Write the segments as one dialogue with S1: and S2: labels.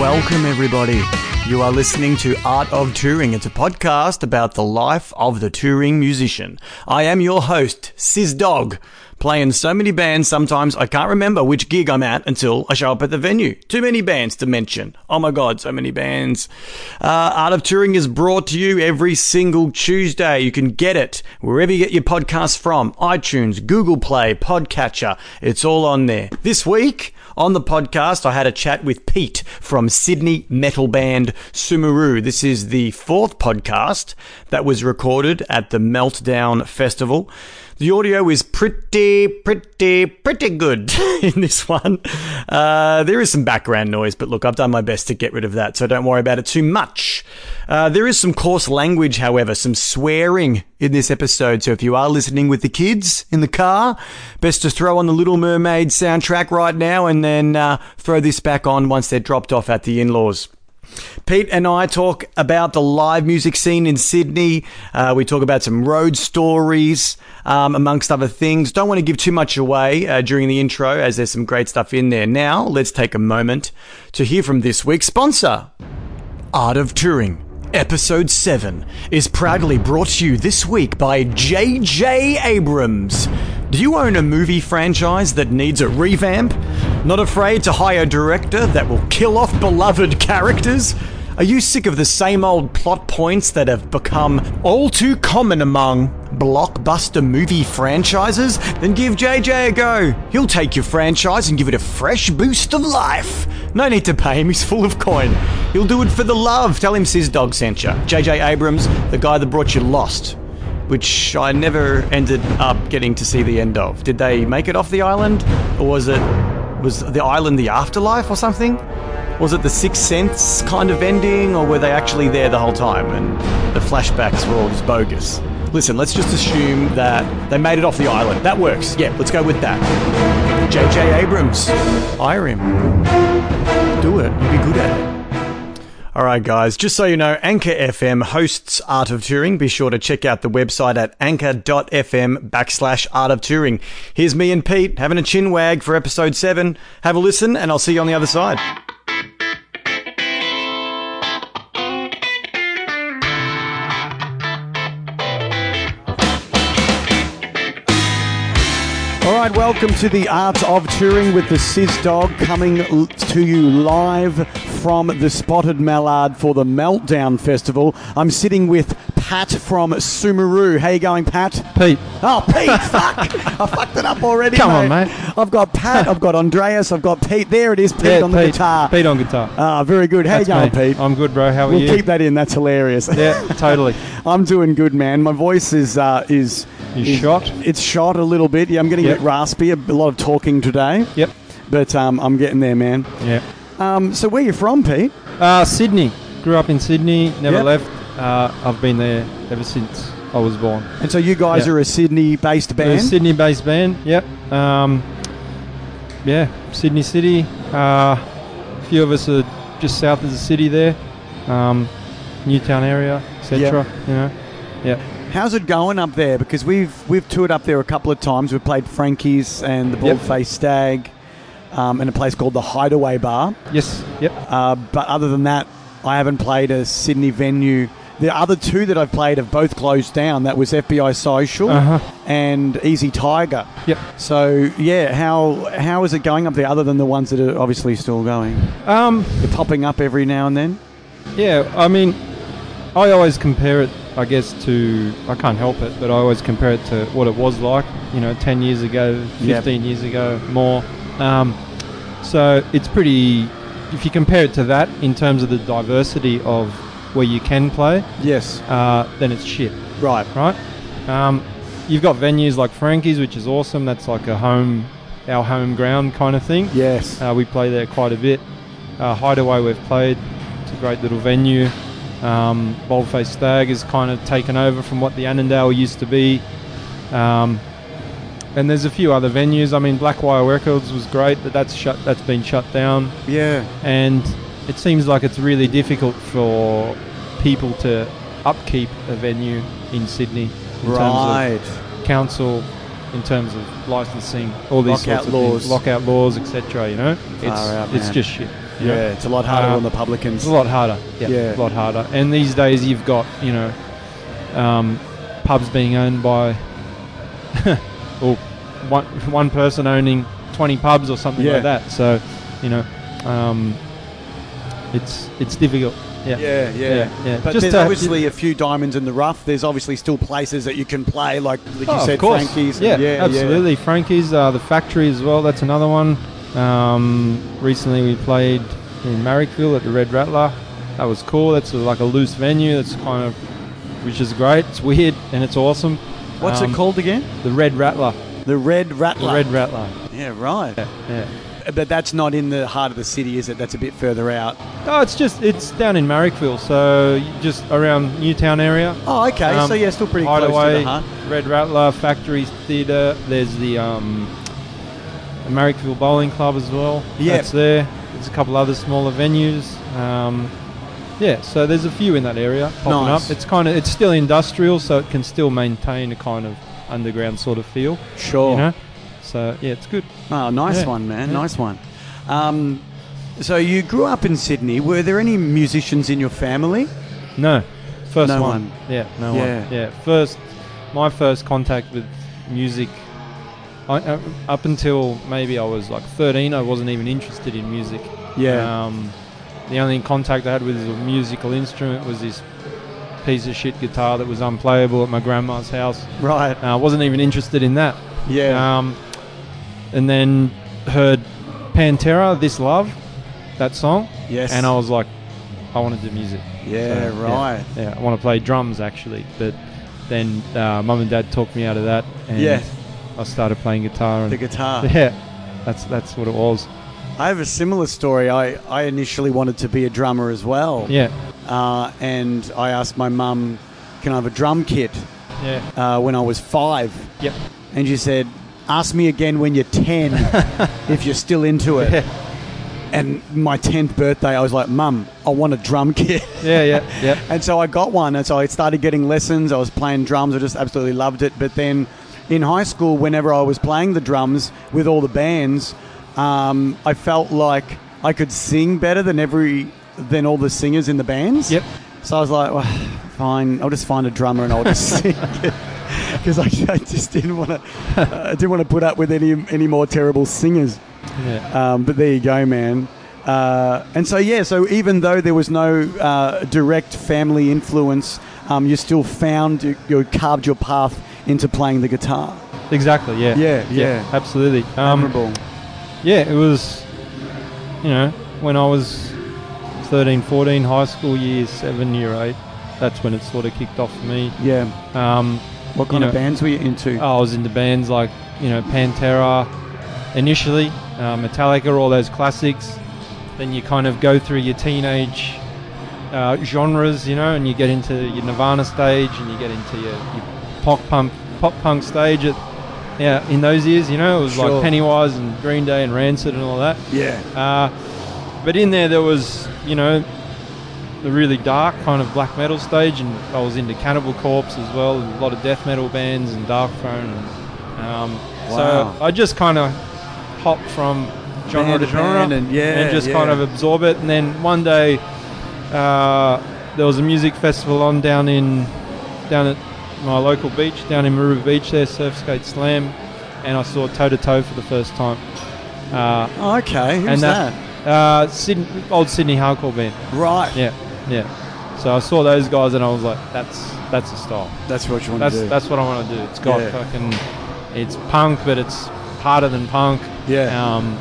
S1: Welcome, everybody. You are listening to Art of Touring. It's a podcast about the life of the touring musician. I am your host, Sis Dog, playing so many bands sometimes I can't remember which gig I'm at until I show up at the venue. Too many bands to mention. Oh my god, so many bands. Uh, Art of Touring is brought to you every single Tuesday. You can get it wherever you get your podcasts from iTunes, Google Play, Podcatcher. It's all on there. This week, on the podcast, I had a chat with Pete from Sydney metal band Sumeru. This is the fourth podcast that was recorded at the Meltdown Festival. The audio is pretty, pretty, pretty good in this one. Uh, there is some background noise, but look, I've done my best to get rid of that, so don't worry about it too much. Uh, there is some coarse language, however, some swearing in this episode, so if you are listening with the kids in the car, best to throw on the Little Mermaid soundtrack right now and then uh, throw this back on once they're dropped off at the in laws. Pete and I talk about the live music scene in Sydney. Uh, we talk about some road stories, um, amongst other things. Don't want to give too much away uh, during the intro, as there's some great stuff in there. Now, let's take a moment to hear from this week's sponsor. Art of Touring, Episode 7, is proudly brought to you this week by J.J. Abrams. Do you own a movie franchise that needs a revamp? Not afraid to hire a director that will kill off beloved characters? Are you sick of the same old plot points that have become all too common among blockbuster movie franchises? Then give JJ a go. He'll take your franchise and give it a fresh boost of life. No need to pay him, he's full of coin. He'll do it for the love. Tell him Sis Dog sent you. JJ Abrams, the guy that brought you Lost, which I never ended up getting to see the end of. Did they make it off the island? Or was it. Was the island the afterlife or something? Was it the Sixth Sense kind of ending, or were they actually there the whole time and the flashbacks were all just bogus? Listen, let's just assume that they made it off the island. That works. Yeah, let's go with that. JJ Abrams, hire him. Do it. You'll be good at it. All right, guys, just so you know, Anchor FM hosts Art of Touring. Be sure to check out the website at anchor.fm backslash art of touring. Here's me and Pete having a chin wag for episode seven. Have a listen, and I'll see you on the other side. All right, welcome to the Art of Touring with the Sizz Dog coming l- to you live from the Spotted Mallard for the Meltdown Festival. I'm sitting with Pat from Sumeru. How you going, Pat?
S2: Pete.
S1: Oh, Pete, fuck! I fucked it up already.
S2: Come on, mate.
S1: I've got Pat, I've got Andreas, I've got Pete. There it is, Pete on the
S2: Pete.
S1: guitar.
S2: Pete on guitar.
S1: Ah, very good. How
S2: That's
S1: you going,
S2: me.
S1: Pete?
S2: I'm good, bro. How are
S1: we'll
S2: you?
S1: keep that in. That's hilarious.
S2: yeah, totally.
S1: I'm doing good, man. My voice is uh, is
S2: You
S1: is-
S2: shot?
S1: It's shot a little bit. Yeah, I'm getting a
S2: Yep.
S1: bit raspy. A lot of talking today,
S2: Yep.
S1: but um, I'm getting there, man.
S2: Yeah.
S1: Um, so where you from, Pete?
S2: Uh, Sydney. Grew up in Sydney. Never
S1: Yep.
S2: left. Uh, I've been there ever since I was born.
S1: And so you guys
S2: Yeah.
S1: are a Sydney-based
S2: We're a
S1: band.
S2: Sydney-based band. Yep. Um, yeah. Sydney City. Uh, a few of us are just south of the city there. Um, Newtown area, etc. You know. Yeah.
S1: How's it going up there? Because we've we've toured up there a couple of times. We've played Frankie's and the
S2: Yep.
S1: Baldface Stag, um, and a place called the Hideaway Bar.
S2: Yes. Yep.
S1: Uh, but other than that, I haven't played a Sydney venue. The other two that I've played have both closed down. That was FBI Social
S2: Uh-huh.
S1: and Easy Tiger.
S2: Yep.
S1: So yeah, how how is it going up there? Other than the ones that are obviously still going,
S2: Um,
S1: they're popping up every now and then.
S2: Yeah, I mean, I always compare it, I guess, to I can't help it, but I always compare it to what it was like, you know, ten years ago,
S1: Yep.
S2: fifteen years ago, more. Um, so it's pretty. If you compare it to that in terms of the diversity of where you can play,
S1: Yes,
S2: uh, then it's shit,
S1: right.
S2: right? Um, you've got venues like Frankie's, which is awesome. That's like a home, our home ground kind of thing.
S1: Yes,
S2: Uh, we play there quite a bit. Uh, Hideaway we've played. It's a great little venue. Um, Boldface Stag has kind of taken over from what the Annandale used to be. Um, and there's a few other venues. I mean, Blackwire Records was great, but that's shut. That's been shut down,
S1: yeah,
S2: and it seems like it's really difficult for people to upkeep a venue in Sydney in
S1: right.
S2: terms of council, in terms of licensing, all these
S1: Lockout
S2: sorts of
S1: laws.
S2: things, lockout laws, etc. You know, it's
S1: Far out,
S2: it's
S1: man.
S2: just shit. you know?
S1: Yeah, it's a lot harder
S2: Uh,
S1: on the publicans.
S2: It's a lot harder. Yeah,
S1: Yeah.
S2: a lot harder. And these days, you've got you know, um, pubs being owned by, or one one person owning twenty pubs or something
S1: Yeah.
S2: like that. So, you know, um, it's it's difficult. Yeah,
S1: Yeah, yeah.
S2: yeah. yeah.
S1: But
S2: Just
S1: there's
S2: to-
S1: obviously a few diamonds in the rough. There's obviously still places that you can play, like, like
S2: Oh,
S1: you
S2: of
S1: said,
S2: course.
S1: Frankie's.
S2: Yeah,
S1: and-
S2: absolutely. Frankie's, uh, the factory as well. That's another one. Um, recently, we played in Marrickville at the Red Rattler. That was cool. That's a, like a loose venue. That's kind of, which is great. It's weird and it's awesome.
S3: What's
S2: Um,
S3: it called again?
S2: The Red Rattler.
S1: The Red
S2: The
S1: Rattler.
S2: Red Rattler.
S1: yeah, right.
S2: Yeah.
S1: But that's not in the heart of the city, is it? That's a bit further out.
S2: Oh, it's just it's down in Marrickville, so you- just around Newtown area.
S1: Oh, okay.
S2: Um,
S1: so, yeah, still pretty close to
S2: Hideaway,
S1: the heart.
S2: Red Rattler, Factory Theatre. There's the um, the Marrickville Bowling Club as well.
S1: Yeah.
S2: That's there. There's a couple other smaller venues. Um, yeah, so there's a few in that area popping
S1: Nice.
S2: up. It's kind of it's still industrial, so it can still maintain a kind of underground sort of feel.
S1: Sure.
S2: You know, so yeah, it's good.
S1: Oh, nice
S2: Yeah.
S1: one, man.
S2: Yeah.
S1: Nice one. Um, so you grew up in Sydney. Were there any musicians in your family?
S2: No, first
S1: No
S2: one.
S1: one.
S2: Yeah, no
S1: Yeah.
S2: one. Yeah, first, my first contact with music. I, uh, up until maybe I was like 13, I wasn't even interested in music. Um, the only contact I had with a musical instrument was this piece of shit guitar that was unplayable at my grandma's house.
S1: right.
S2: Uh, I wasn't even interested in that.
S1: Yeah.
S2: Um, and then heard Pantera, This Love, that song,
S1: yes.
S2: and I was like, I want to do music.
S1: yeah,
S2: so,
S1: right.
S2: Yeah, I want to play drums actually, but then uh, mum and dad talked me out of that, and
S1: Yeah.
S2: I started playing guitar. And um,
S1: The guitar.
S2: yeah, that's that's what it was.
S1: I have a similar story. I, I initially wanted to be a drummer as well.
S2: Yeah,
S1: Uh, and I asked my mum, can I have a drum kit
S2: yeah,
S1: uh, when I was five?
S2: yep.
S1: And she said, ask me again when you're 10 if you're still into it.
S2: Yeah,
S1: And my 10th birthday, I was like, Mum, I want a drum kit.
S2: yeah, yeah, yeah.
S1: And so I got one, and so I started getting lessons. I was playing drums. I just absolutely loved it. But then, in high school, whenever I was playing the drums with all the bands, um, I felt like I could sing better than every than all the singers in the bands.
S2: Yep.
S1: So I was like, well, fine. I'll just find a drummer and I'll just sing it. Because I, I just didn't want to, I didn't want to put up with any any more terrible singers.
S2: yeah.
S1: Um, but there you go, man. Uh, and so, yeah, so even though there was no uh, direct family influence, um, you still found, you, you carved your path into playing the guitar.
S2: Exactly. Yeah.
S1: Yeah, yeah.
S2: Absolutely. Um,
S1: Admirable.
S2: yeah, it was. You know, when I was 13, 14, high school year, seven, year eight. That's when it sort of kicked off for me.
S1: Yeah.
S2: Um,
S1: What kind
S2: you
S1: of
S2: know, uh,
S1: bands were you into?
S2: Oh, I was into bands like, you know, Pantera initially, uh, Metallica, all those classics. Then you kind of go through your teenage uh, genres, you know, and you get into your Nirvana stage and you get into your, your pop punk pop punk stage. At, yeah, in those years, you know, it was
S1: Sure.
S2: like Pennywise and Green Day and Rancid and all that.
S1: yeah.
S2: Uh, but in there, there was, you know, the really dark kind of black metal stage, and I was into Cannibal Corpse as well, and a lot of death metal bands and Dark Throne. And, um,
S1: Wow.
S2: So I just kind of hop from genre
S1: Band
S2: to
S1: to
S2: genre
S1: band and- yeah,
S2: just
S1: yeah.
S2: kind of absorb it. And then one day, uh, there was a music festival on down in down at my local beach, down in Maruba Beach there, Surfskate Slam, and I saw Toe to Toe for the first time. Uh,
S1: Oh, okay. Who's
S2: and
S1: that?
S2: that, Uh, Sydney, old Sydney hardcore band.
S1: Right.
S2: Yeah, yeah. So I saw those guys and I was like, that's that's the style.
S1: That's what you want
S2: That's
S1: to do.
S2: that's what I want to do. It's got
S1: Yeah.
S2: fucking, it's punk, but it's harder than punk.
S1: Yeah.
S2: Um,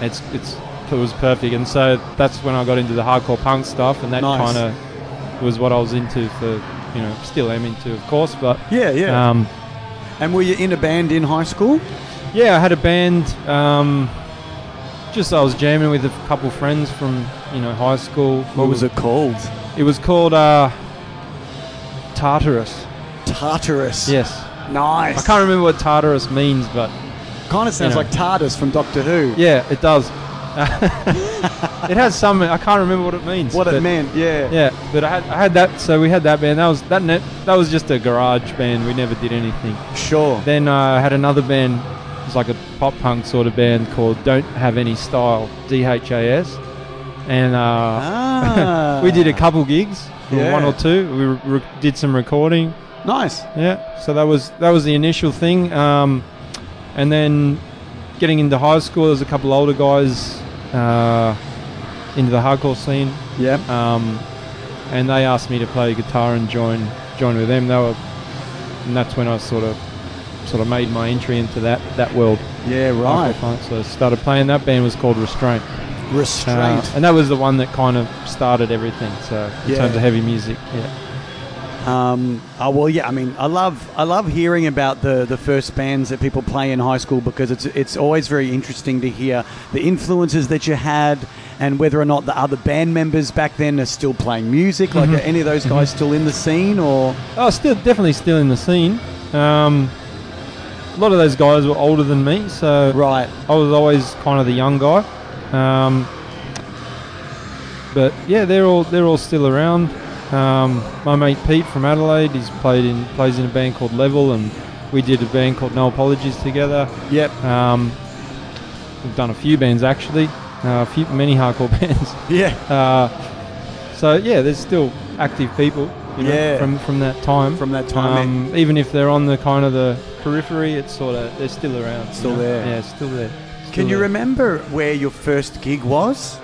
S2: it's it's it was perfect, and so that's when I got into the hardcore punk stuff, and that
S1: Nice.
S2: kind of was what I was into for you know still am into of course, but
S1: yeah, yeah.
S2: um,
S1: and were you in a band in high school?
S2: yeah, I had a band. Um, just I was jamming with a couple friends from you know high school.
S1: What was it called?
S2: It was called uh, Tartarus.
S1: Tartarus.
S2: Yes,
S1: Nice.
S2: I can't remember what Tartarus means, but
S1: Kind of sounds
S2: you know.
S1: like Tartarus from Doctor Who.
S2: yeah, it does. it has some. I can't remember what it means.
S1: What it
S2: but-
S1: meant. Yeah.
S2: Yeah, but I had, I had that. So we had that band. That was that. Net, that was just a garage band. We never did anything.
S1: Sure.
S2: Then uh, I had another band. It was like a pop punk sort of band called Don't Have Any Style, DHAS. and uh,
S1: Ah.
S2: we did a couple gigs, or
S1: Yeah.
S2: one or two. We re- re- did some recording.
S1: Nice.
S2: Yeah, so that was that was the initial thing, um, and then getting into high school, there's a couple older guys uh, into the hardcore scene,
S1: Yeah.
S2: um, and they asked me to play guitar and join join with them. They were, and that's when I sort of sort of made my entry into that that world.
S1: Yeah, right.
S2: hardcore punk. So I started playing. That band was called Restraint, Uh,
S1: Restraint.
S2: and that was the one that kind of started everything. So in
S1: Yeah.
S2: terms of heavy music, yeah,
S1: Um, oh, well, yeah. I mean, I love I love hearing about the, the first bands that people play in high school because it's it's always very interesting to hear the influences that you had and whether or not the other band members back then are still playing music. Like, are any of those guys still in the scene or?
S2: oh, still definitely still in the scene. Um, a lot of those guys were older than me, so
S1: Right.
S2: I was always kind of the young guy. Um, but yeah, they're all they're all still around. Um, my mate Pete from Adelaide, he's played in plays in a band called Level, and we did a band called No Apologies together.
S1: Yep.
S2: Um, we've done a few bands actually, uh, a few many hardcore bands.
S1: Yeah.
S2: Uh, so yeah, there's still active people. You know,
S1: Yeah.
S2: From from that time.
S1: From that time,
S2: Um, even if they're on the kind of the periphery, it's sort of they're still around. you
S1: Still
S2: know?
S1: there.
S2: Yeah, still there.
S1: Can
S2: Still
S1: you
S2: there.
S1: remember where your first gig was?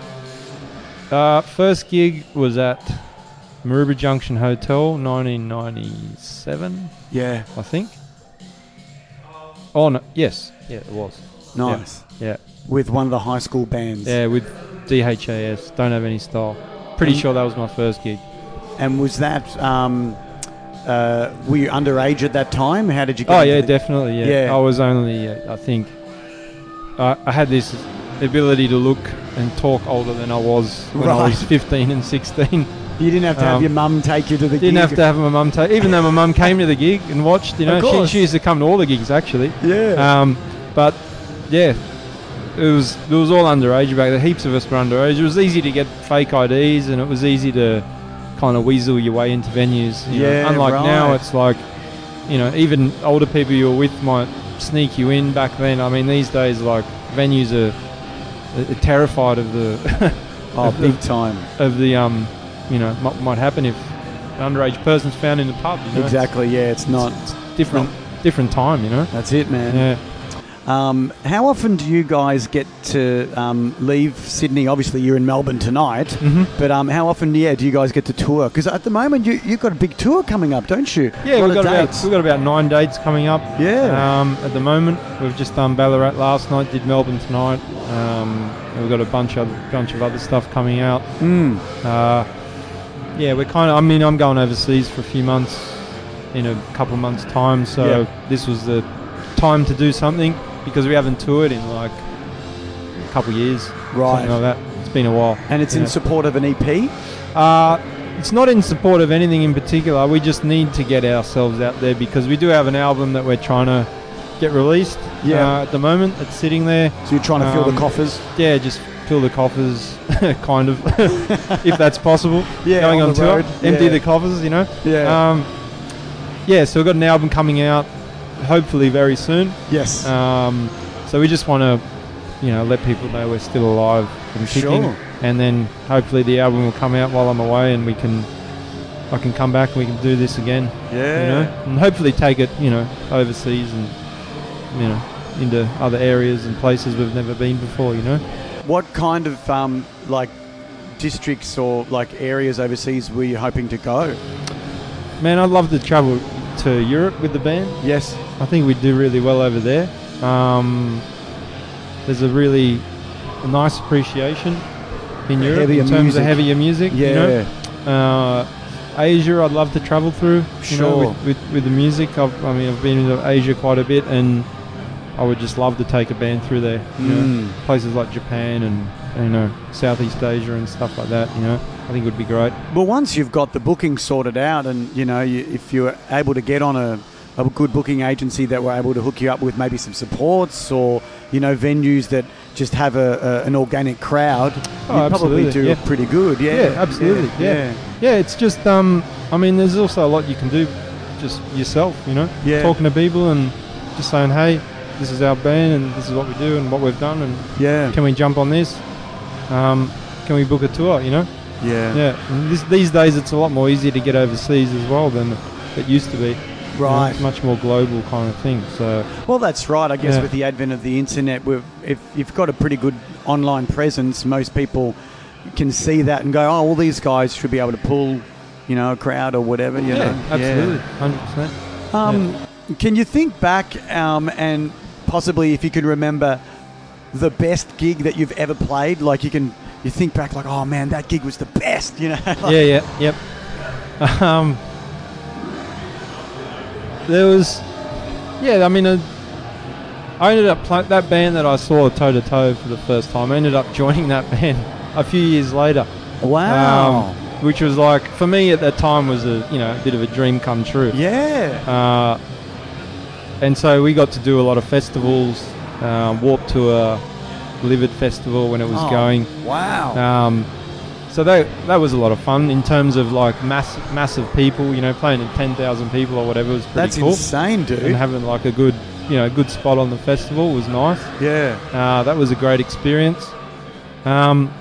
S2: Uh, first gig was at Maroubra Junction Hotel, 1997,
S1: Yeah.
S2: I think. Oh no! Yes, yeah, it was.
S1: Nice.
S2: Yeah,
S1: With one of the high school bands.
S2: yeah, with DHAS. Don't have any style. Pretty
S1: And-
S2: sure that was my first gig.
S1: And was that um, uh, were you underage at that time? How did you? Get
S2: Oh
S1: into
S2: yeah,
S1: the-
S2: definitely. Yeah.
S1: Yeah.
S2: I was only, uh, I think, I I had this ability to look and talk older than I was when I was
S1: Right.
S2: 15 and 16.
S1: You didn't have to have
S2: Um,
S1: your mum take you to the
S2: Didn't
S1: gig.
S2: have to have my mum take, even though my mum came to the gig and watched. You
S1: Of
S2: know,
S1: course.
S2: she, she used to come to all the gigs actually.
S1: Yeah.
S2: Um, but yeah, it was it was all underage back. There heaps of us were underage. It was easy to get fake IDs, and it was easy to kind of weasel your way into venues. you know.
S1: Yeah,
S2: Unlike now,
S1: right.
S2: it's like you know, even older people you're with might sneak you in. Back then, I mean, these days, like venues are, are terrified of the
S1: oh, big time.
S2: of the um, you know, what might happen if an underage person's found in the pub. You know? It's-
S1: Exactly. Yeah, it's not.
S2: It's different, different time. You know.
S1: That's it, man.
S2: Yeah.
S1: Um, how often do you guys get to um, leave Sydney? Obviously, you're in Melbourne tonight,
S2: Mhm.
S1: but um, how often, yeah, do you guys get to tour? Because at the moment, you you've got a big tour coming up, don't you?
S2: Yeah,
S1: Lot
S2: we've
S1: of
S2: got, about,
S1: dates.
S2: we've got about nine dates coming up.
S1: Yeah.
S2: Um, at the moment, we've just done Ballarat last night, did Melbourne tonight. Um, and we've got a bunch of bunch of other stuff coming out.
S1: Mm.
S2: Uh, yeah, we're kind of. I mean, I'm going overseas for a few months in a couple months' time, so this was the time to do something because we haven't toured in like a couple years,
S1: Right.
S2: something like that. It's been a while,
S1: And it's
S2: you
S1: in
S2: know.
S1: support of an E EP.
S2: Uh, it's not in support of anything in particular. We just need to get ourselves out there because we do have an album that we're trying to get released.
S1: Yeah.
S2: uh, at the moment, it's sitting there.
S1: So you're trying to fill the
S2: Um,
S1: coffers.
S2: Yeah, just fill the coffers, kind of, if that's possible.
S1: Yeah,
S2: Going
S1: on
S2: on,
S1: the
S2: tour,
S1: road.
S2: empty
S1: Yeah.
S2: the coffers, you know.
S1: Yeah.
S2: Um, yeah. So we've got an album coming out, hopefully very soon.
S1: yes.
S2: Um, so we just want to, you know, let people know we're still alive and kicking,
S1: Sure.
S2: and then hopefully the album will come out while I'm away, and we can, I can come back and we can do this again, you know, and hopefully take it, you know, overseas and, you know, into other areas and places we've never been before, you know.
S1: What kind of um, like districts or like areas overseas were you hoping to go?
S2: Man, I'd love to travel to Europe with the band.
S1: Yes.
S2: I think we do really well over there. Um, there's a really nice appreciation in Europe
S1: heavier
S2: in terms
S1: music.
S2: of heavier music.
S1: Yeah.
S2: You know? Uh, Asia, I'd love to travel through. You
S1: Sure.
S2: know, with, with, with the music, I've, I mean, I've been to Asia quite a bit, and I would just love to take a band through there. You
S1: Mm.
S2: know, places like Japan and you know Southeast Asia and stuff like that. You know, I think would be great.
S1: Well, once you've got the booking sorted out, and you know, you, if you're able to get on a, a good booking agency that were able to hook you up with maybe some supports or you know venues that just have a, a an organic crowd,
S2: Oh,
S1: you probably
S2: absolutely,
S1: do
S2: yeah.
S1: pretty good. Yeah.
S2: Yeah, absolutely, yeah. Yeah, it's just um, I mean, there's also a lot you can do, just yourself. You know,
S1: Yeah.
S2: talking to people and just saying, hey, this is our band and this is what we do and what we've done and
S1: Yeah.
S2: can we jump on this? Um, can we book a tour? You know.
S1: Yeah.
S2: Yeah. And this, these days, it's a lot more easier to get overseas as well than it used to be. You know,
S1: Right.
S2: it's much more global kind of thing. So
S1: Well, that's right. I guess
S2: Yeah.
S1: with the advent of the internet, we've, if you've got a pretty good online presence, most people can see that and go, "Oh, all these guys should be able to pull, you know, a crowd or whatever." You know?
S2: yeah, absolutely, hundred percent.
S1: Um, Can you think back um, and possibly if you could remember the best gig that you've ever played? Like you can, you think back like, "Oh man, that gig was the best," you know?
S2: yeah, yeah, yep. Um, there was, yeah. I mean, uh, I ended up pl- that band that I saw toe to toe for the first time. I ended up joining that band a few years later,
S1: Wow.
S2: um, which was like for me at that time was a you know a bit of a dream come true.
S1: yeah.
S2: Uh, and so we got to do a lot of festivals, um, Warp Tour, Livid Festival when it was
S1: Oh,
S2: going.
S1: Wow.
S2: Um, so that that was a lot of fun in terms of like mass massive people, you know, playing to ten thousand people or whatever was pretty
S1: that's
S2: cool.
S1: insane, dude.
S2: And having like a good you know good spot on the festival was nice.
S1: yeah.
S2: Uh, that was a great experience. Um,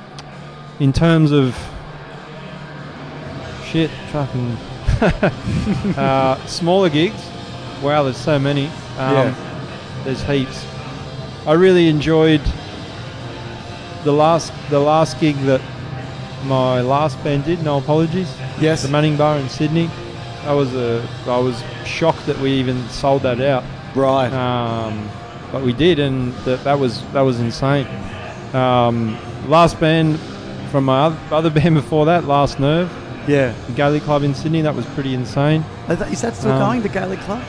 S2: in terms of shit, fucking uh, smaller gigs. Wow, there's so many. Um,
S1: Yeah.
S2: There's heaps. I really enjoyed the last the last gig that my last band did. No apologies.
S1: Yes.
S2: The Manning Bar in Sydney. I was a I was shocked that we even sold that out.
S1: Right.
S2: Um, but we did, and that, that was that was insane. Um, last band from my oth- other band before that, Last Nerve,
S1: yeah.
S2: the Gailey Club in Sydney. That was pretty insane.
S1: Are that- Is that still
S2: um,
S1: going, the Gaelic Club?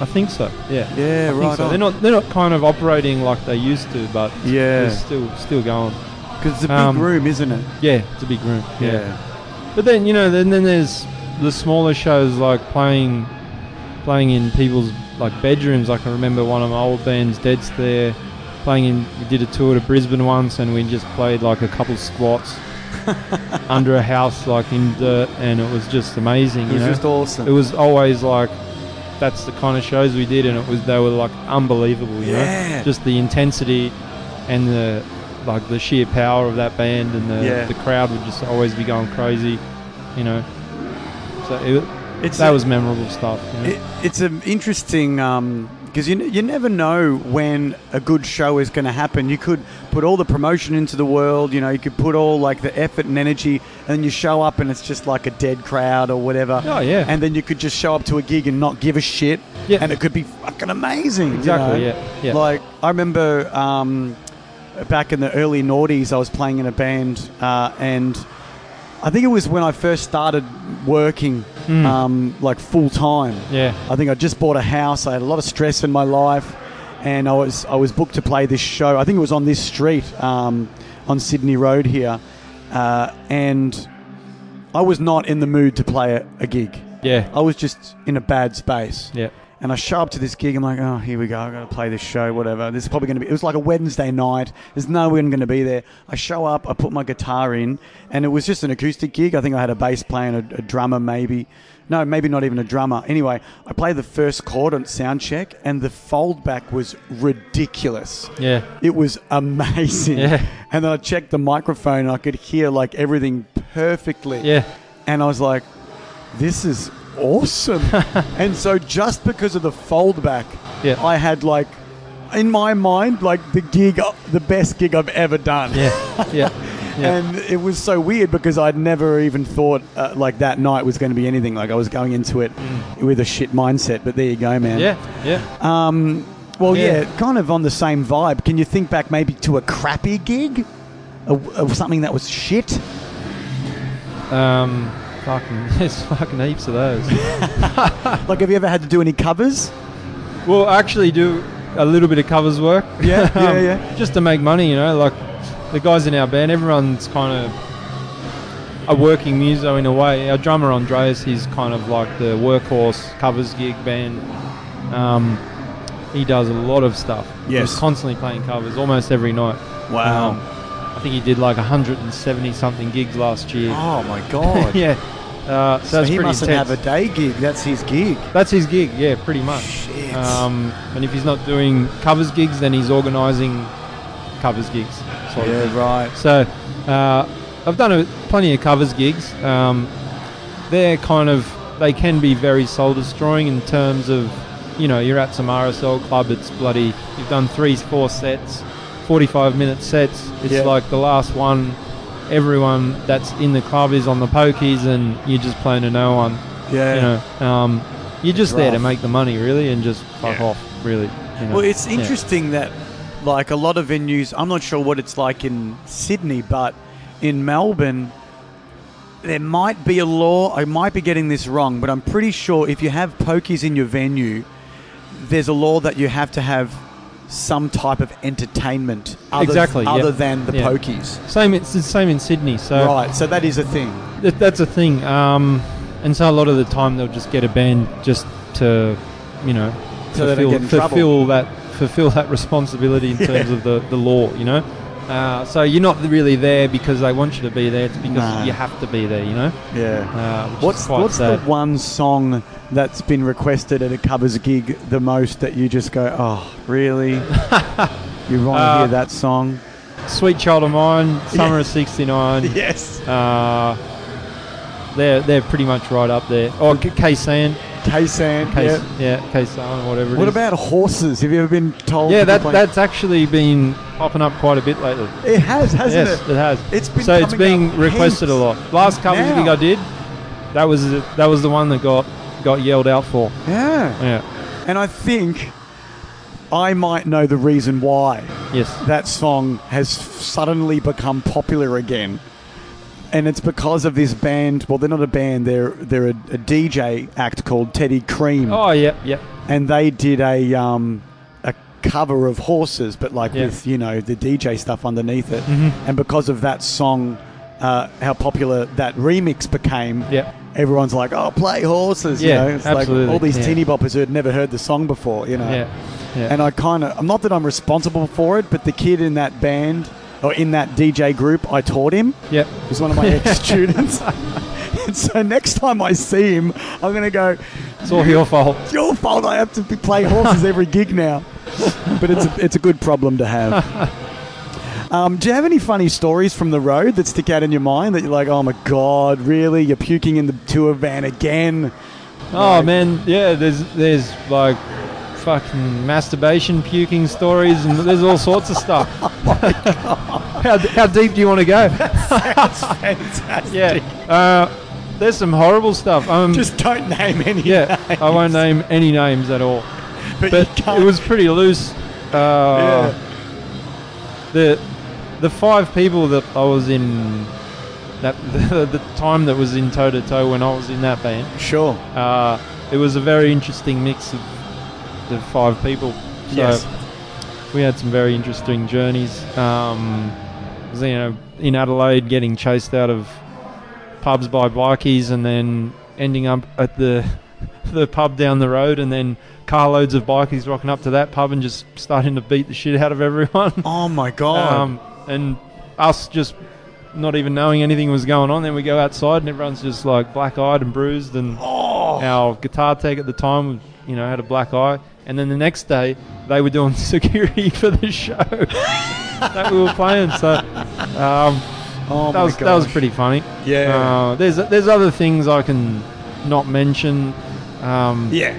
S2: I think so. Yeah.
S1: Yeah,
S2: I think
S1: right.
S2: so.
S1: on.
S2: They're not they're not kind of operating like they used to, but
S1: Yeah.
S2: they're still still going.
S1: Because it's a big
S2: Um,
S1: room, isn't it?
S2: Yeah, it's a big room. But then you know, then then there's the smaller shows like playing playing in people's like bedrooms. I can remember one of my old band's Dead's there playing in. We did a tour to Brisbane once, and we just played like a couple squats under a house, like in dirt, and it was just amazing.
S1: It
S2: you
S1: was
S2: know?
S1: just awesome.
S2: it was always like that's the kind of shows we did, and it was they were like unbelievable. You
S1: Yeah.
S2: know, just the intensity and the like the sheer power of that band, and the
S1: Yeah.
S2: the crowd would just always be going crazy. You know, so it,
S1: it's
S2: that
S1: a-
S2: was memorable stuff. You know?
S1: It, it's an interesting because you n- you never know when a good show is going to happen. You could put all the promotion into the world, you know, you could put all like the effort and energy, and then you show up and it's just like a dead crowd or whatever.
S2: Oh, yeah.
S1: And then you could just show up to a gig and not give a shit,
S2: Yeah.
S1: and it could be fucking amazing. you
S2: Exactly,
S1: know?
S2: yeah, yeah.
S1: Like I remember um, back in the early noughties, I was playing in a band uh, and. I think it was when I first started working,
S2: Mm.
S1: um, like full time.
S2: yeah,
S1: I think I just bought a house. I had a lot of stress in my life, and I was I was booked to play this show. I think it was on this street, um, on Sydney Road here, uh, and I was not in the mood to play a, a gig.
S2: yeah,
S1: I was just in a bad space.
S2: yeah,
S1: And I show up to this gig. I'm like, oh, here we go. I'm going to play this show, whatever. This is probably going to be. It was like a Wednesday night. There's no one going to be there. I show up. I put my guitar in, and it was just an acoustic gig. I think I had a bass player and a, a drummer, maybe. No, maybe not even a drummer. Anyway, I played the first chord on sound check, and the fold back was ridiculous.
S2: yeah,
S1: It was amazing.
S2: Yeah.
S1: And then I checked the microphone, and I could hear like everything perfectly
S2: yeah,
S1: and I was like, this is awesome. and so just because of the foldback,
S2: Yeah.
S1: I had like, in my mind, like the gig, the best gig I've ever done.
S2: yeah, yeah, yeah.
S1: And it was so weird because I'd never even thought uh, like that night was going to be anything. Like I was going into it with a shit mindset, but there you go, man.
S2: yeah, yeah.
S1: Um, well, yeah.
S2: Yeah.
S1: kind of on the same vibe. Can you think back maybe to a crappy gig? A, a- something that was shit?
S2: Um, fucking, there's fucking heaps of those.
S1: Like, have you ever had to do any covers?
S2: Well, I actually do a little bit of covers work. Um,
S1: Yeah, yeah, yeah.
S2: Just to make money, you know. Like the guys in our band, everyone's kind of a working muso in a way. Our drummer Andreas, he's kind of like the workhorse covers gig band. Um, he does a lot of stuff.
S3: Yes.
S2: He's constantly playing covers, almost every night. Um, I think he did like 170 something gigs last year.
S1: Oh my god.
S2: yeah. Uh, so,
S1: So
S2: that's
S1: he
S2: pretty
S1: mustn't
S2: intense.
S1: have a day gig. That's his gig.
S2: That's his gig, yeah, pretty much.
S1: Shit.
S2: Um, and if he's not doing covers gigs, then he's organising covers gigs. sort of thing.
S1: right.
S2: So uh, I've done a, plenty of covers gigs. Um, they're kind of they can be very soul destroying in terms of you know you're at some RSL club. It's bloody you've done three four sets, 45 minute sets. It's
S1: Yeah.
S2: like the last one. Everyone that's in the club is on the pokies, and you're just playing to no one.
S1: Yeah.
S2: You know, um, you're just there to
S1: rough.
S2: make the money, really, and just fuck
S3: Yeah.
S2: off, really. you know.
S1: Well, it's
S2: Yeah.
S1: interesting that, like, a lot of venues, I'm not sure what it's like in Sydney, but in Melbourne, there might be a law. I might be getting this wrong, but I'm pretty sure if you have pokies in your venue, there's a law that you have to have some type of entertainment other,
S2: Exactly, yeah.
S1: other than the
S2: Yeah.
S1: pokies.
S2: Same, it's the same in Sydney. So
S1: Right, so that is a thing.
S2: Th- that's a thing. Um, and so a lot of the time they'll just get a band just to, you know,
S1: So they don't
S2: fulfill,
S1: get in trouble.
S2: fulfill that fulfill that responsibility in terms of the, the law, you know. Uh, so you're not really there because they want you to be there. It's because
S1: No.
S2: you have to be there, you know.
S1: Yeah.
S2: Uh, which is
S1: What's
S2: quite
S1: what's
S2: sad.
S1: the one song that's been requested at a covers gig the most that you just go, oh, really? you want to
S2: Uh,
S1: hear that song?
S2: Sweet Child of Mine, Summer of '69.
S1: Yes.
S2: Uh, they're they're pretty much right up there. Or K San,
S1: K Sand.
S2: K
S1: yeah.
S2: yeah, K San, whatever. it
S1: What
S2: is.
S1: about horses? Have you ever been told?
S2: Yeah,
S1: to
S2: that
S1: complain?
S2: that's actually been popping up quite a bit lately.
S1: it has, hasn't
S2: yes, it?
S1: it?
S2: has.
S1: It's been
S2: so it's
S1: coming
S2: being
S1: up
S2: requested a
S1: heaps.
S2: lot. Last cover
S1: Now.
S2: gig I did, that was the- that was the one that got got yelled out for.
S1: Yeah.
S2: Yeah.
S1: And I think I might know the reason why
S2: Yes.
S1: that song has suddenly become popular again. And it's because of this band. Well, they're not a band. They're they're a, a DJ act called Teddy Cream.
S2: Oh yeah, yeah.
S1: and they did a um, a cover of horses, but like
S2: Yeah.
S1: with you know the DJ stuff underneath it.
S2: Mhm.
S1: And because of that song, uh, how popular that remix became,
S2: Yeah.
S1: everyone's like, "Oh, play horses!"
S2: Yeah,
S1: you know, it's like
S2: absolutely,
S1: all these
S2: yeah.
S1: teeny boppers who had never heard the song before, you know.
S2: Yeah. Yeah.
S1: And I kind of, I'm not that I'm responsible for it, but the kid in that band or in that DJ group, I taught him.
S2: yeah.
S1: He's one of my ex students. and so next time I see him, I'm gonna go.
S2: It's all your fault.
S1: It's your fault I have to be- play horses every gig now. But it's a, it's a good problem to have. Um, do you have any funny stories from the road that stick out in your mind that you're like, oh my god, really? You're puking in the tour van again?
S2: Oh
S1: Like-
S2: man, yeah. There's there's like fucking masturbation puking stories and there's all sorts of stuff.
S1: Oh
S2: how, how deep do you want to go?
S1: That's fantastic.
S2: Yeah. Uh, there's some horrible stuff. Um,
S1: Just don't name any.
S2: yeah,
S1: names.
S2: I won't name any names at all.
S1: But,
S2: but
S1: you can't.
S2: it was pretty loose. Uh, The the five people that I was in that the, time that was in toe to toe when I was in that band,
S1: sure.
S2: uh, it was a very interesting mix of the five people. So
S1: yes.
S2: we had some very interesting journeys. Um, was, you know, in Adelaide, getting chased out of pubs by bikies, and then ending up at the the pub down the road, and then carloads of bikies rocking up to that pub and just starting to beat the shit out of everyone.
S1: Oh my god.
S2: Um, and us just not even knowing anything was going on. Then we go outside, and everyone's just like black eyed and bruised, and
S1: oh.
S2: our guitar tech at the time, you know, had a black eye. And then the next day, they were doing security for the show that we were playing. So um,
S1: oh
S2: that
S1: my
S2: was that was
S1: gosh.
S2: pretty funny.
S1: Yeah.
S2: Uh, there's there's other things I can not mention. Um,
S1: yeah.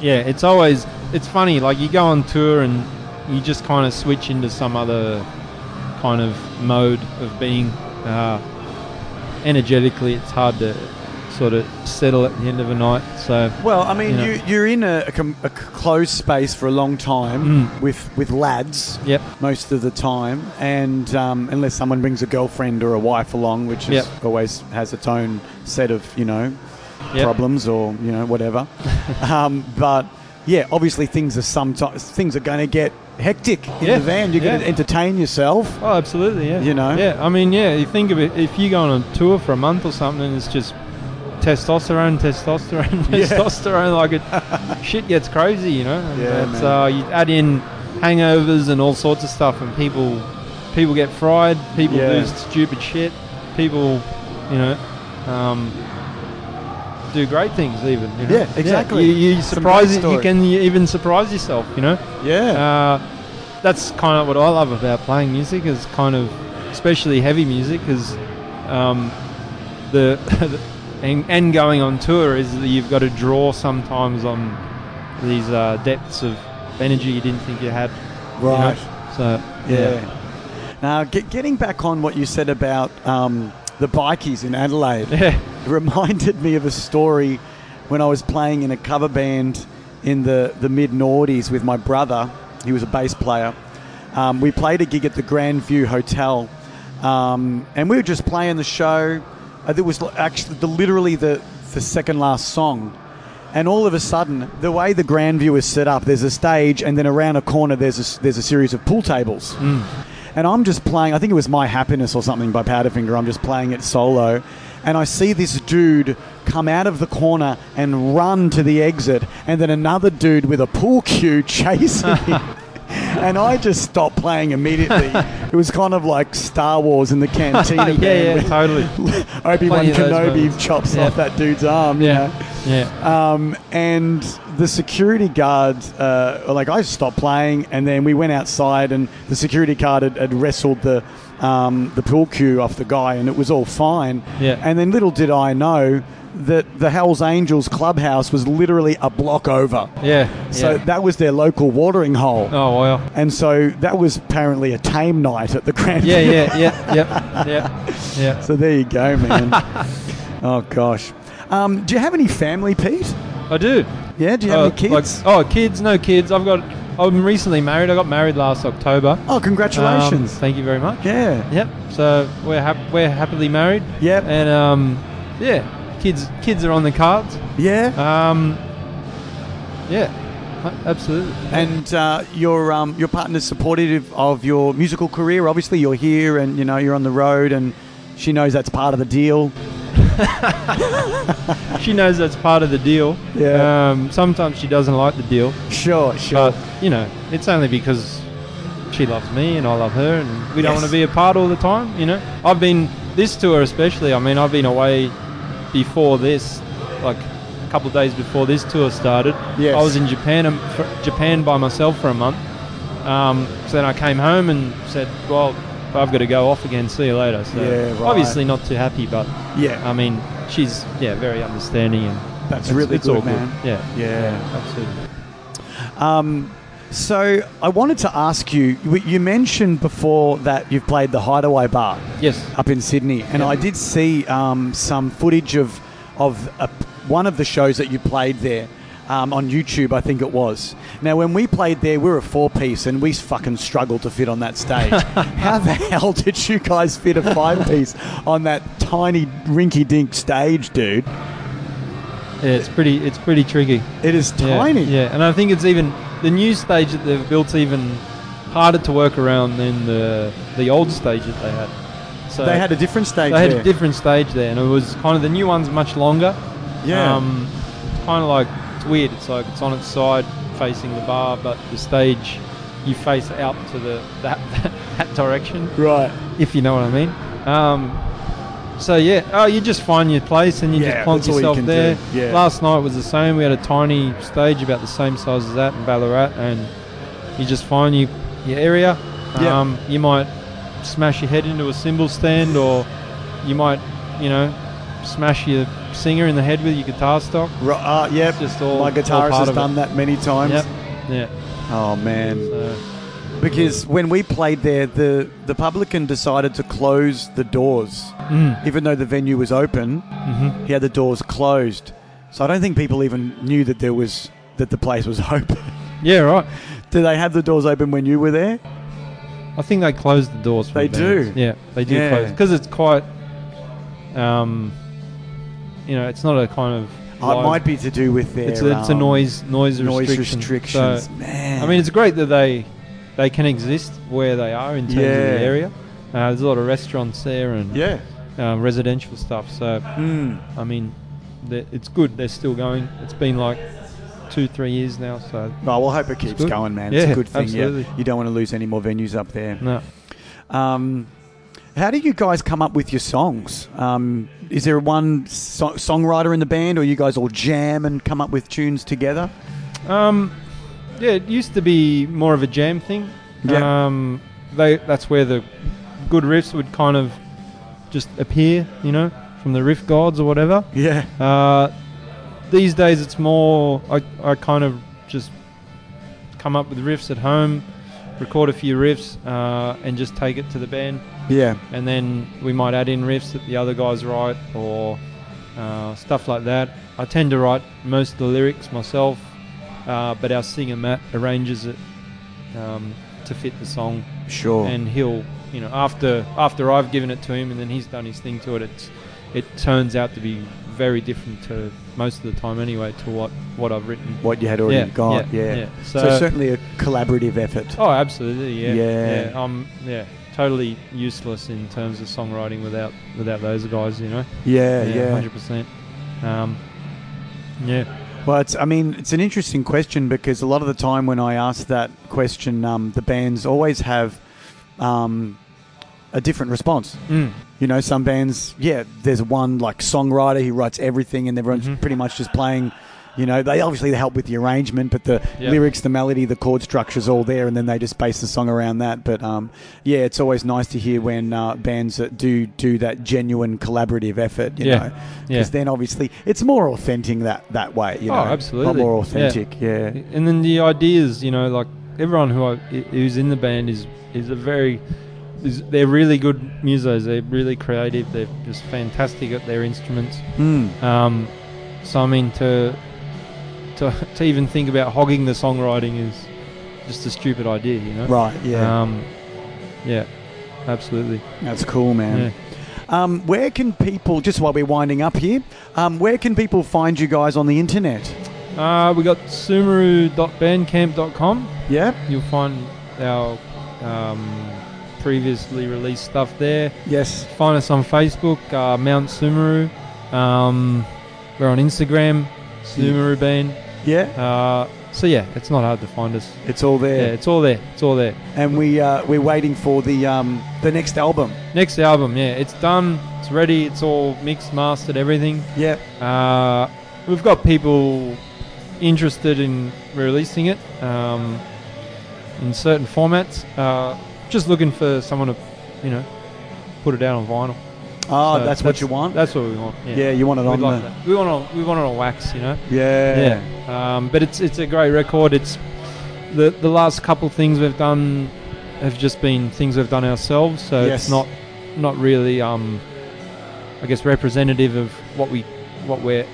S2: yeah, it's always it's funny. Like you go on tour and you just kind of switch into some other kind of mode of being. Uh, energetically, it's hard to sort of settle at the end of a night. So
S1: Well, I mean,
S2: You know.
S1: you, you're in a, a, com- a closed space for a long time
S2: Mm.
S1: with with lads.
S2: yep,
S1: most of the time, and um, unless someone brings a girlfriend or a wife along, which is
S2: Yep.
S1: always has its own set of you know
S2: yep.
S1: problems or you know whatever. um, but yeah, obviously things are sometimes things are going to get hectic in
S2: Yeah,
S1: the van. You're going
S2: yeah.
S1: to entertain yourself.
S2: Oh, absolutely, yeah.
S1: You know?
S2: Yeah, I mean, yeah, you think of it, if you go on a tour for a month or something, and it's just testosterone, testosterone,
S1: Yeah.
S2: testosterone, like it, shit gets crazy, you know? And
S1: Yeah,
S2: it's,
S1: man.
S2: Uh, you add in hangovers and all sorts of stuff, and people people get fried, people
S1: Yeah.
S2: do stupid shit, people, you know, um, do great things even. You know?
S1: Yeah, exactly.
S2: You, you
S1: Some
S2: surprise,
S1: great
S2: you
S1: story.
S2: can even surprise yourself, you know?
S1: Yeah,
S2: Uh, that's kind of what I love about playing music is kind of, especially heavy music, is um, the and, and going on tour is that you've got to draw sometimes on these uh, depths of energy you didn't think you had. you know?
S1: Right.
S2: So yeah,
S1: Yeah. Now, get, getting back on what you said about um, the bikies in Adelaide, it
S2: yeah,
S1: reminded me of a story when I was playing in a cover band in the, the mid noughties with my brother. He was a bass player. Um, we played a gig at the Grandview Hotel, um, and we were just playing the show. Uh, There was actually the, literally the, the second last song. And all of a sudden, the way the Grand View is set up, there's a stage, and then around a corner, there's a, there's a series of pool tables. And I'm just playing, I think it was My Happiness or something by Powderfinger. I'm just playing it solo. And I see this dude come out of the corner and run to the exit, and then another dude with a pool cue chasing him. And I just stopped playing immediately. it was kind of like Star Wars in the cantina.
S2: yeah, yeah, totally.
S1: Obi Wan
S2: Plenty of those
S1: Kenobi
S2: moments.
S1: chops
S2: Yeah.
S1: off that dude's arm. you know?
S2: Yeah, yeah.
S1: Um, and the security guard, uh, like I stopped playing, and then we went outside, and the security guard had, had wrestled the um, the pool cue off the guy, and it was all fine.
S2: Yeah.
S1: And then little did I know that the Hell's Angels clubhouse was literally a block over.
S2: yeah.
S1: So
S2: yeah.
S1: that was their local watering hole.
S2: oh wow.
S1: And so that was apparently a tame night at the Grand.
S2: Yeah, yeah, yeah, yeah, yeah, yeah.
S1: So there you go, man. oh gosh. Um, do you have any family, Pete?
S2: I do.
S1: Yeah. Do you have
S2: Oh,
S1: any kids?
S2: Like, oh, kids, no kids. I've got. I'm recently married. I got married last October.
S1: Oh, congratulations.
S2: Um, thank you very much.
S1: yeah.
S2: Yep. So we're hap- we're happily married.
S1: Yep.
S2: And um, yeah, kids kids are on the cards.
S1: Yeah.
S2: Um, yeah, a- absolutely.
S1: And uh, your um, your partner's supportive of your musical career. Obviously, you're here and you know you're on the road, and she knows that's part of the deal.
S2: She knows that's part of the deal.
S1: Yeah.
S2: Um, sometimes she doesn't like the deal,
S1: Sure. Sure.
S2: but you know, it's only because she loves me and I love her, and we don't
S1: Yes.
S2: want to be apart all the time. You know, I've been this tour especially. I mean, I've been away before this, like a couple of days before this tour started.
S1: Yes.
S2: I was in Japan um, for, Japan by myself for a month. Um, so then I came home and said, "Well, I've got to go off again. See you later." So
S1: Yeah, right.
S2: obviously not too happy, but
S1: yeah.
S2: I mean, she's yeah very understanding and
S1: that's really
S2: it's
S1: good,
S2: all
S1: man.
S2: good. Yeah,
S1: Yeah.
S2: absolutely.
S1: Um, so I wanted to ask you. you- You mentioned before that you've played the Hideaway Bar.
S2: Yes.
S1: up in Sydney, and
S2: Yeah.
S1: I did see um, some footage of of a, one of the shows that you played there um, on YouTube. I think it was. Now, when we played there, we were a four piece, and we fucking struggled to fit on that stage. How the hell did you guys fit a five piece on that tiny rinky dink stage, dude?
S2: Yeah, it's pretty. It's pretty tricky.
S1: It is
S2: Yeah,
S1: tiny.
S2: Yeah, and I think it's even the new stage that they've built even harder to work around than the the old stage that they had. So
S1: They had a different stage.
S2: they had
S1: there.
S2: a different stage there, and it was kind of the new one's much longer.
S1: Yeah.
S2: Um, kind of like it's weird. It's like it's on its side facing the bar, but the stage you face out to the that that direction.
S1: right.
S2: if you know what I mean. Um, so yeah, oh, you just find your place and you
S1: Yeah,
S2: just plonk
S1: that's all you
S2: yourself
S1: can
S2: there.
S1: do, yeah.
S2: Last night was the same. We had a tiny stage about the same size as that in Ballarat, and you just find your, your area.
S1: Yeah.
S2: Um, you might smash your head into a cymbal stand, or you might, you know, smash your singer in the head with your guitar stock.
S1: Ri- uh, yep.
S2: Just all-
S1: My
S2: all
S1: guitarist
S2: part
S1: has
S2: of it.
S1: done that many times.
S2: Yep. Yeah.
S1: Oh man.
S2: So,
S1: Because when we played there, the, the publican decided to close the doors.
S2: mm,
S1: Even though the venue was open,
S2: mhm.
S1: he had the doors closed. So I don't think people even knew that there was that the place was open.
S2: Yeah. Right.
S1: Did they have the doors open when you were there?
S2: I think they close the doors. For
S1: They
S2: the bands.
S1: do.
S2: Yeah, they do
S1: Yeah.
S2: close because it's quite. Um, you know, it's not a kind of.
S1: Oh, it
S2: live-
S1: might be to do with their
S2: It's a, it's a
S1: um,
S2: noise noise,
S1: noise
S2: restriction.
S1: restrictions.
S2: So,
S1: Man,
S2: I mean, it's great that they they can exist where they are in terms of the
S1: Yeah.
S2: area. Uh, there's a lot of restaurants there and
S1: yeah.
S2: um, residential stuff. So
S1: Mm.
S2: I mean, they're- it's good. They're still going. It's been like two, three years now. So
S1: Well, we'll hope it keeps
S2: good.
S1: going, man. it's
S2: Yeah,
S1: a good thing.
S2: absolutely.
S1: Yeah, you don't want to lose any more venues up there.
S2: no.
S1: Um, how do you guys come up with your songs? Um, is there one so- songwriter in the band, or you guys all jam and come up with tunes together?
S2: Um, yeah, it used to be more of a jam thing.
S1: Yeah.
S2: Um, they that's where the good riffs would kind of just appear, you know, from the riff gods or whatever.
S1: Yeah.
S2: Uh, these days, it's more I, I kind of just come up with riffs at home, record a few riffs, uh, and just take it to the band,
S1: Yeah.
S2: and then we might add in riffs that the other guys write or uh, stuff like that. I tend to write most of the lyrics myself, uh, but our singer Matt arranges it um, to fit the song,
S1: Sure.
S2: and he'll you know after after I've given it to him, and then he's done his thing to it. It's it turns out to be very different to most of the time anyway to what what I've written.
S1: what you had already got. Yeah.
S2: So,
S1: So, certainly a collaborative effort.
S2: oh, absolutely, yeah,
S1: Yeah.
S2: yeah. Um, yeah, totally useless in terms of songwriting without without those guys, you know.
S1: yeah. Yeah.
S2: hundred percent. Um, yeah,
S1: Well, it's, I mean, it's an interesting question because a lot of the time when I ask that question, um, the bands always have um, a different response.
S2: mm.
S1: You know, some bands, yeah, there's one like songwriter who writes everything and everyone's
S2: Mhm.
S1: pretty much just playing. You know, they obviously help with the arrangement, but the
S2: Yeah.
S1: lyrics, the melody, the chord structure's all there, and then they just base the song around that. But um, yeah, it's always nice to hear when uh, bands that do do that genuine collaborative effort. You
S2: Yeah.
S1: know,
S2: yeah.
S1: because then obviously it's more authentic that that way. You
S2: Oh,
S1: know,
S2: absolutely.
S1: a lot more
S2: Yeah.
S1: authentic. Yeah, yeah,
S2: And then the ideas, you know, like everyone who I, who's in the band is is a very is, they're really good musos. They're really creative. They're just fantastic at their instruments.
S1: mm.
S2: Um, so I mean, to, to to even think about hogging the songwriting is just a stupid idea, you know.
S1: right. Yeah,
S2: Um, yeah. Absolutely.
S1: that's cool, man.
S2: Yeah.
S1: Um, where can people, just while we're winding up here, um, where can people find you guys on the internet?
S2: Uh, we got sumaru.bandcamp.com.
S1: Yeah?
S2: You'll find our um, previously released stuff there.
S1: Yes.
S2: Find us on Facebook, uh, Mount Sumaru. Um, we're on Instagram, Sumaru Band.
S1: Yeah?
S2: Uh, so yeah, it's not hard to find us.
S1: It's all
S2: Yeah,
S1: there.
S2: it's all there. It's all there.
S1: And we, uh, we're waiting for the, um, the next album.
S2: Next album, yeah, it's done. It's ready. It's all mixed, mastered, everything.
S1: Yeah.
S2: Uh, we've got people interested in releasing it um, in certain formats. Uh, just looking for someone to, you know, put it out on vinyl.
S1: Oh,
S2: So
S1: that's, what you want?
S2: That's what we want.
S1: yeah.
S2: Yeah,
S1: you want it
S2: We'd
S1: on
S2: like
S1: the...
S2: that. we want it. On, we want it on wax, you know.
S1: Yeah.
S2: Um, but it's it's a great record. It's the the last couple things we've done have just been things we've done ourselves, so
S1: Yes.
S2: it's not not really um, I guess representative of what we what we're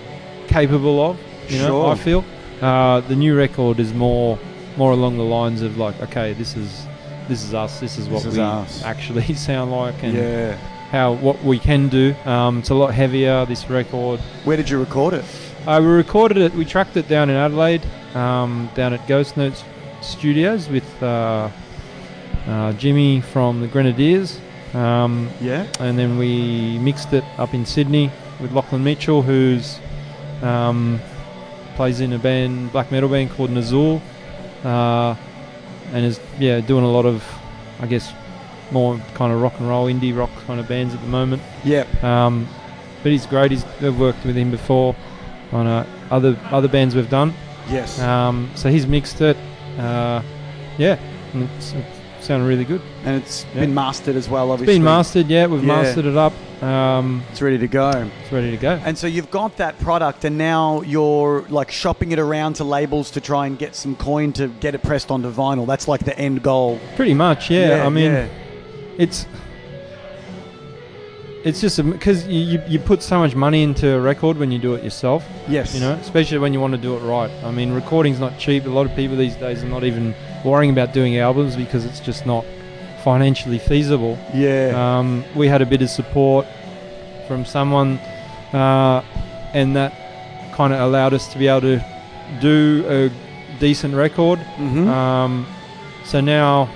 S2: capable of. You know,
S1: Sure.
S2: I feel uh, the new record is more more along the lines of like, okay, this is this is us. This is what
S1: This is
S2: we
S1: us.
S2: actually sound like, and
S1: yeah.
S2: how what we can do. Um, it's a lot heavier. This record.
S1: Where did you record it?
S2: Uh, we recorded it. We tracked it down in Adelaide, um, down at Ghost Notes Studios with uh, uh, Jimmy from the Grenadiers, um,
S1: Yeah?
S2: and then we mixed it up in Sydney with Lachlan Mitchell, who's um, plays in a band, black metal band called Nazul, uh, and is yeah doing a lot of, I guess, more kind of rock and roll, indie rock kind of bands at the moment.
S1: Yeah.
S2: Um, but he's great. He's I've worked with him before on uh, other other bands we've done.
S1: Yes.
S2: Um, so he's mixed it. Uh, yeah, and it's, it sounded really good.
S1: and it's
S2: yeah.
S1: been mastered as well,
S2: It's
S1: obviously.
S2: been mastered. Yeah, we've
S1: Yeah.
S2: mastered it up. Um,
S1: It's ready to go.
S2: it's ready to go.
S1: And so you've got that product, and now you're like shopping it around to labels to try and get some coin to get it pressed onto vinyl. That's like the end goal.
S2: Pretty much. Yeah. I mean,
S1: yeah.
S2: it's it's just because you, you you put so much money into a record when you do it yourself.
S1: yes,
S2: You know, especially when you want to do it right. I mean, recording's not cheap. A lot of people these days are not even worrying about doing albums because it's just not financially feasible.
S1: yeah,
S2: Um, we had a bit of support from someone, uh, and that kind of allowed us to be able to do a decent record.
S1: hmm
S2: Um, so now,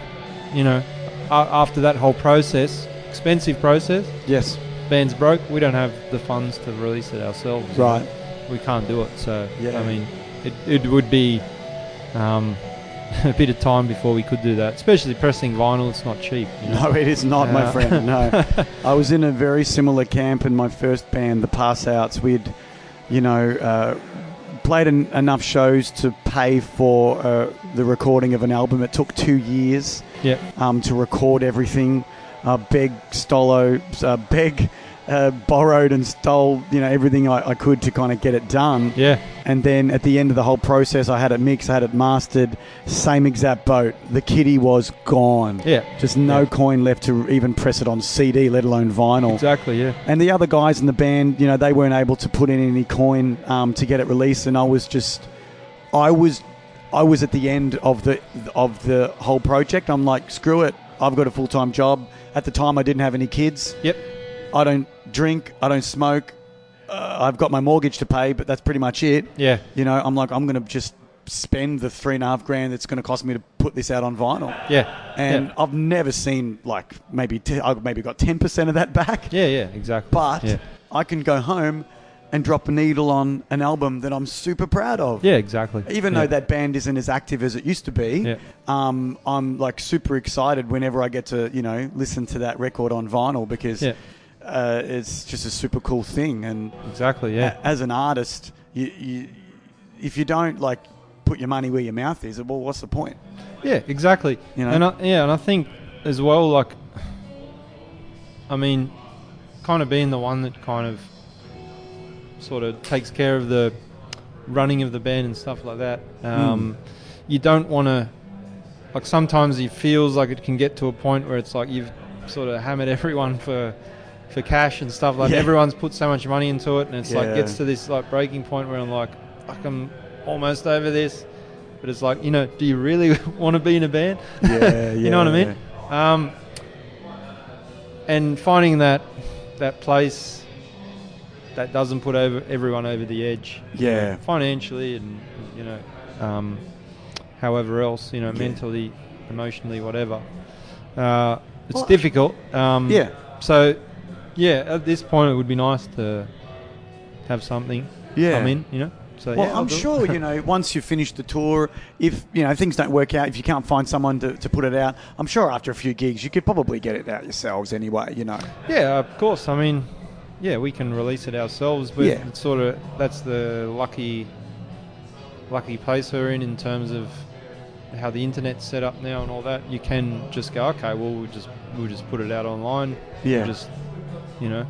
S2: you know, a- after that whole process, expensive process,
S1: yes,
S2: band's broke. We don't have the funds to release it ourselves
S1: right,
S2: we can't do it. So
S1: Yeah.
S2: I mean, it, it would be um, a bit of time before we could do that. Especially pressing vinyl, it's not cheap. You know? Uh,
S1: no, it is not, my
S2: Yeah.
S1: friend. No, I was in a very similar camp in my first band, the Passouts. We'd, you know, uh, played en- enough shows to pay for uh, the recording of an album. It took two years.
S2: Yep.
S1: um, to record everything. Uh, Beg Stolo, uh, Beg uh, borrowed and stole, you know, everything I, I could to kind of get it done.
S2: Yeah.
S1: And then at the end of the whole process, I had it mixed, I had it mastered. Same exact boat. The kitty was gone.
S2: Yeah.
S1: Just no
S2: Yeah.
S1: coin left to even press it on CD, let alone vinyl.
S2: Exactly. Yeah.
S1: And the other guys in the band, you know, they weren't able to put in any coin um, to get it released, and I was just, I was, I was at the end of the of the whole project. I'm like, screw it, I've got a full time job. At the time, I didn't have any kids.
S2: Yep.
S1: I don't drink. I don't smoke. Uh, I've got my mortgage to pay, but that's pretty much it.
S2: Yeah.
S1: You know, I'm like, I'm gonna just spend the three and a half grand that's gonna cost me to put this out on vinyl.
S2: Yeah.
S1: And I've never seen like maybe t- I've maybe got ten percent of that back.
S2: yeah. Yeah. Yeah. Exactly.
S1: But
S2: Yeah.
S1: I can go home and drop a needle on an album that I'm super proud of.
S2: Yeah. Exactly.
S1: Even
S2: yeah.
S1: though that band isn't as active as it used to be,
S2: Yeah.
S1: um, I'm like super excited whenever I get to you know listen to that record on vinyl because
S2: Yeah.
S1: uh, it's just a super cool thing. And
S2: Exactly. Yeah.
S1: a- as an artist, you, you, if you don't like put your money where your mouth is, well, what's the point?
S2: Yeah. Exactly.
S1: You know?
S2: And I, yeah, and I think as well, like, I mean, kind of being the one that kind of sort of takes care of the running of the band and stuff like that.
S1: Hmm.
S2: Um, You don't want to like sometimes it feels like it can get to a point where it's like you've sort of hammered everyone for for cash and stuff like
S1: Yeah.
S2: everyone's put so much money into it and it's like
S1: Yeah.
S2: gets to this like breaking point where I'm like "Fuck, I'm almost over this but it's like you know do you really want to be in a band
S1: Yeah,
S2: you know what I
S1: yeah.
S2: mean um, and finding that that place that doesn't put over everyone over the edge you know,
S1: Yeah.
S2: financially and you know um, however else you know mentally emotionally whatever uh, it's
S1: Well,
S2: difficult um,
S1: Yeah.
S2: so yeah at this point it would be nice to have something
S1: Yeah.
S2: come in you know so
S1: Well,
S2: yeah, I'll
S1: I'm
S2: do it.
S1: sure you know. Once you finish the tour, if you know things don't work out, if you can't find someone to, to put it out, I'm sure after a few gigs you could probably get it out yourselves anyway. You know.
S2: Yeah, of course. I mean, yeah, we can release it ourselves, but
S1: Yeah.
S2: it's sort of that's the lucky, lucky place we're in in terms of how the internet's set up now and all that. You can just go, okay, well, we'll just we'll just put it out online.
S1: Yeah.
S2: We'll just you know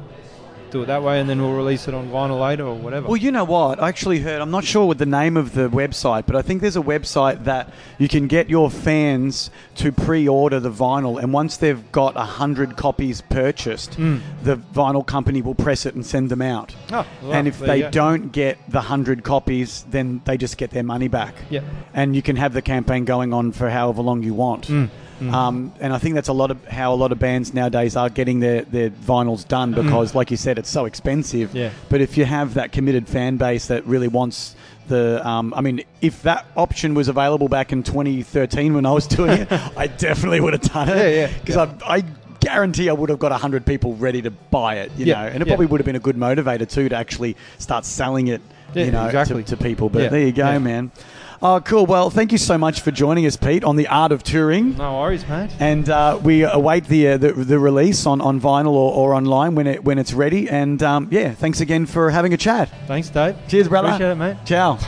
S2: do it that way, and then we'll release it on vinyl later or whatever.
S1: Well, you know what? I actually heard. I'm not sure what the name of the website, but I think there's a website that you can get your fans to pre-order the vinyl, and once they've got hundred copies purchased, the vinyl company will press it and send them out.
S2: Ah, well,
S1: and if
S2: there
S1: they
S2: you go.
S1: don't get the hundred copies, then they just get their money back.
S2: Yeah.
S1: and you can have the campaign going on for however long you want.
S2: Mm,
S1: Um, and I think that's a lot of how a lot of bands nowadays are getting their, their vinyls done because, like you said, it's so expensive.
S2: Mm. Yeah.
S1: But if you have that committed fan base that really wants the, um, I mean, if that option was available back in 2013 when I was doing it, I definitely would have done it.
S2: Yeah, yeah.
S1: Because I, I guarantee I would have got 100 people ready to buy it, you
S2: Yeah,
S1: know. And it
S2: yeah.
S1: probably would have been a good motivator too to actually start selling it,
S2: Yeah,
S1: you know, to-
S2: exactly.
S1: to, people. But
S2: Yeah,
S1: there you go,
S2: yeah.
S1: man. Oh, cool. Well, thank you so much for joining us, Pete, on the art of touring.
S2: no worries, mate.
S1: And uh, we await the, uh, the the release on, on vinyl or, or online when it when it's ready. And um, yeah, thanks again for having a chat.
S2: Thanks, Dave.
S1: Cheers, brother.
S2: Appreciate it, mate.
S1: Ciao.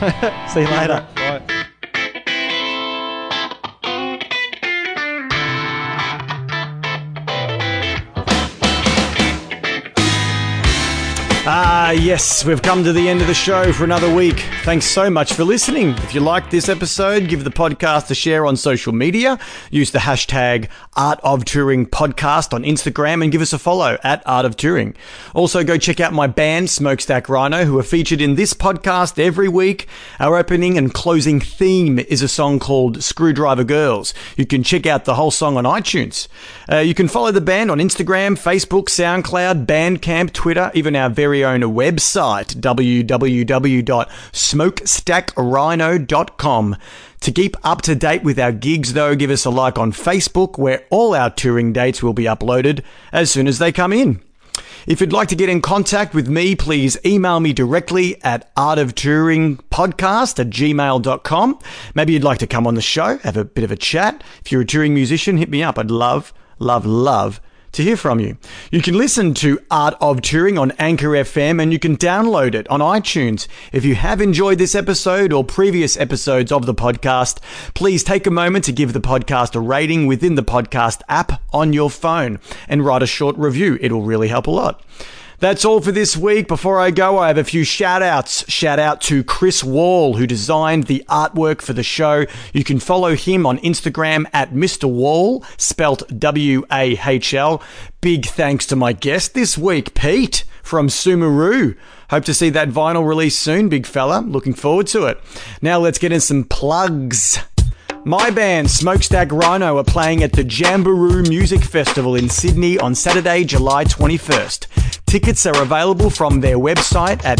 S1: See you later.
S2: Bye.
S3: Ah, yes, we've come to the end of the show for another week. Thanks so much for listening. If you liked this episode, give the podcast a share on social media. Use the hashtag Art of Touring Podcast on Instagram and give us a follow at Art of Touring. Also, go check out my band, Smokestack Rhino, who are featured in this podcast every week. Our opening and closing theme is a song called Screwdriver Girls. You can check out the whole song on iTunes. Uh, you can follow the band on Instagram, Facebook, SoundCloud, Bandcamp, Twitter, even our very own website, www.smokestackrhino.com. To keep up to date with our gigs, though, give us a like on Facebook, where all our touring dates will be uploaded as soon as they come in. If you'd like to get in contact with me, please email me directly at artoftouringpodcast at gmail.com. Maybe you'd like to come on the show, have a bit of a chat. If you're a touring musician, hit me up. I'd love, love, love to hear from you.
S1: You can listen to Art of Touring on Anchor FM and you can download it on iTunes. If you have enjoyed this episode or previous episodes of the podcast, please take a moment to give the podcast a rating within the podcast app on your phone and write a short review. It'll really help a lot. That's all for this week. Before I go, I have a few shout outs. Shout out to Chris Wall, who designed the artwork for the show. You can follow him on Instagram at Mr. Wall, spelt W A H L. Big thanks to my guest this week, Pete from Sumeru. Hope to see that vinyl release soon, big fella. Looking forward to it. Now let's get in some plugs. My band, Smokestack Rhino, are playing at the Jamboree Music Festival in Sydney on Saturday, July 21st. Tickets are available from their website at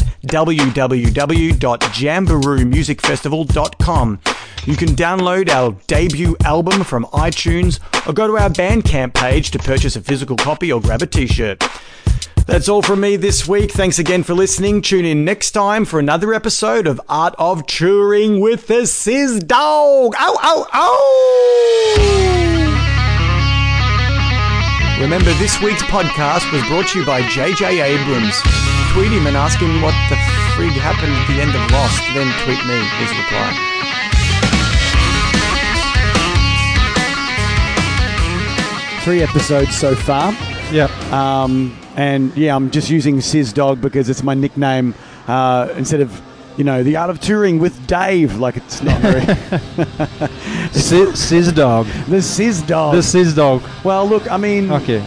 S1: www.jamboreemusicfestival.com. You can download our debut album from iTunes or go to our Bandcamp page to purchase a physical copy or grab a t shirt. That's all from me this week. Thanks again for listening. Tune in next time for another episode of Art of Touring with the Sizz Dog. Ow, ow, ow! Remember, this week's podcast was brought to you by JJ Abrams. Tweet him and ask him what the frig happened at the end of Lost, then tweet me his reply.
S4: Three episodes so far.
S2: Yeah.
S4: Um, and yeah, I'm just using Sizz Dog because it's my nickname uh, instead of, you know, the art of touring with Dave. Like it's not very.
S2: Si- Sizz dog.
S4: the Sizz Dog.
S2: The Sizz dog.
S4: well, look, I mean,
S2: Okay.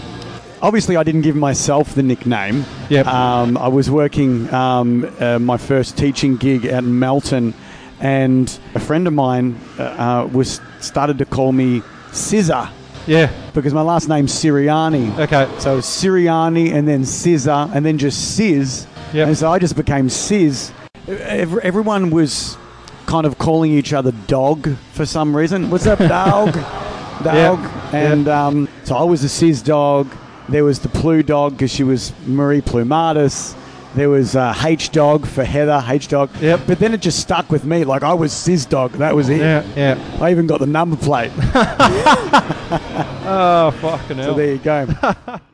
S4: obviously, I didn't give myself the nickname.
S2: Yep.
S4: Um, I was working um, uh, my first teaching gig at Melton, and a friend of mine uh, uh, was started to call me Scissor
S2: Yeah.
S4: because my last name's Siriani.
S2: Okay.
S4: So Siriani and then Scissor and then just Sizz.
S2: Yep.
S4: And so I just became Sizz. Ev- Everyone was kind of calling each other dog for some reason. What's up, dog? dog. And Um, so I was the Sizz dog. There was the Plu dog because she was Marie Plumatis. There was uh, H dog for Heather, H dog.
S2: Yep.
S4: But then it just stuck with me. Like I was Sizz dog. That was it.
S2: Yeah. Yeah.
S4: I even got the number plate.
S2: Oh, fucking
S4: so
S2: hell.
S4: there you go.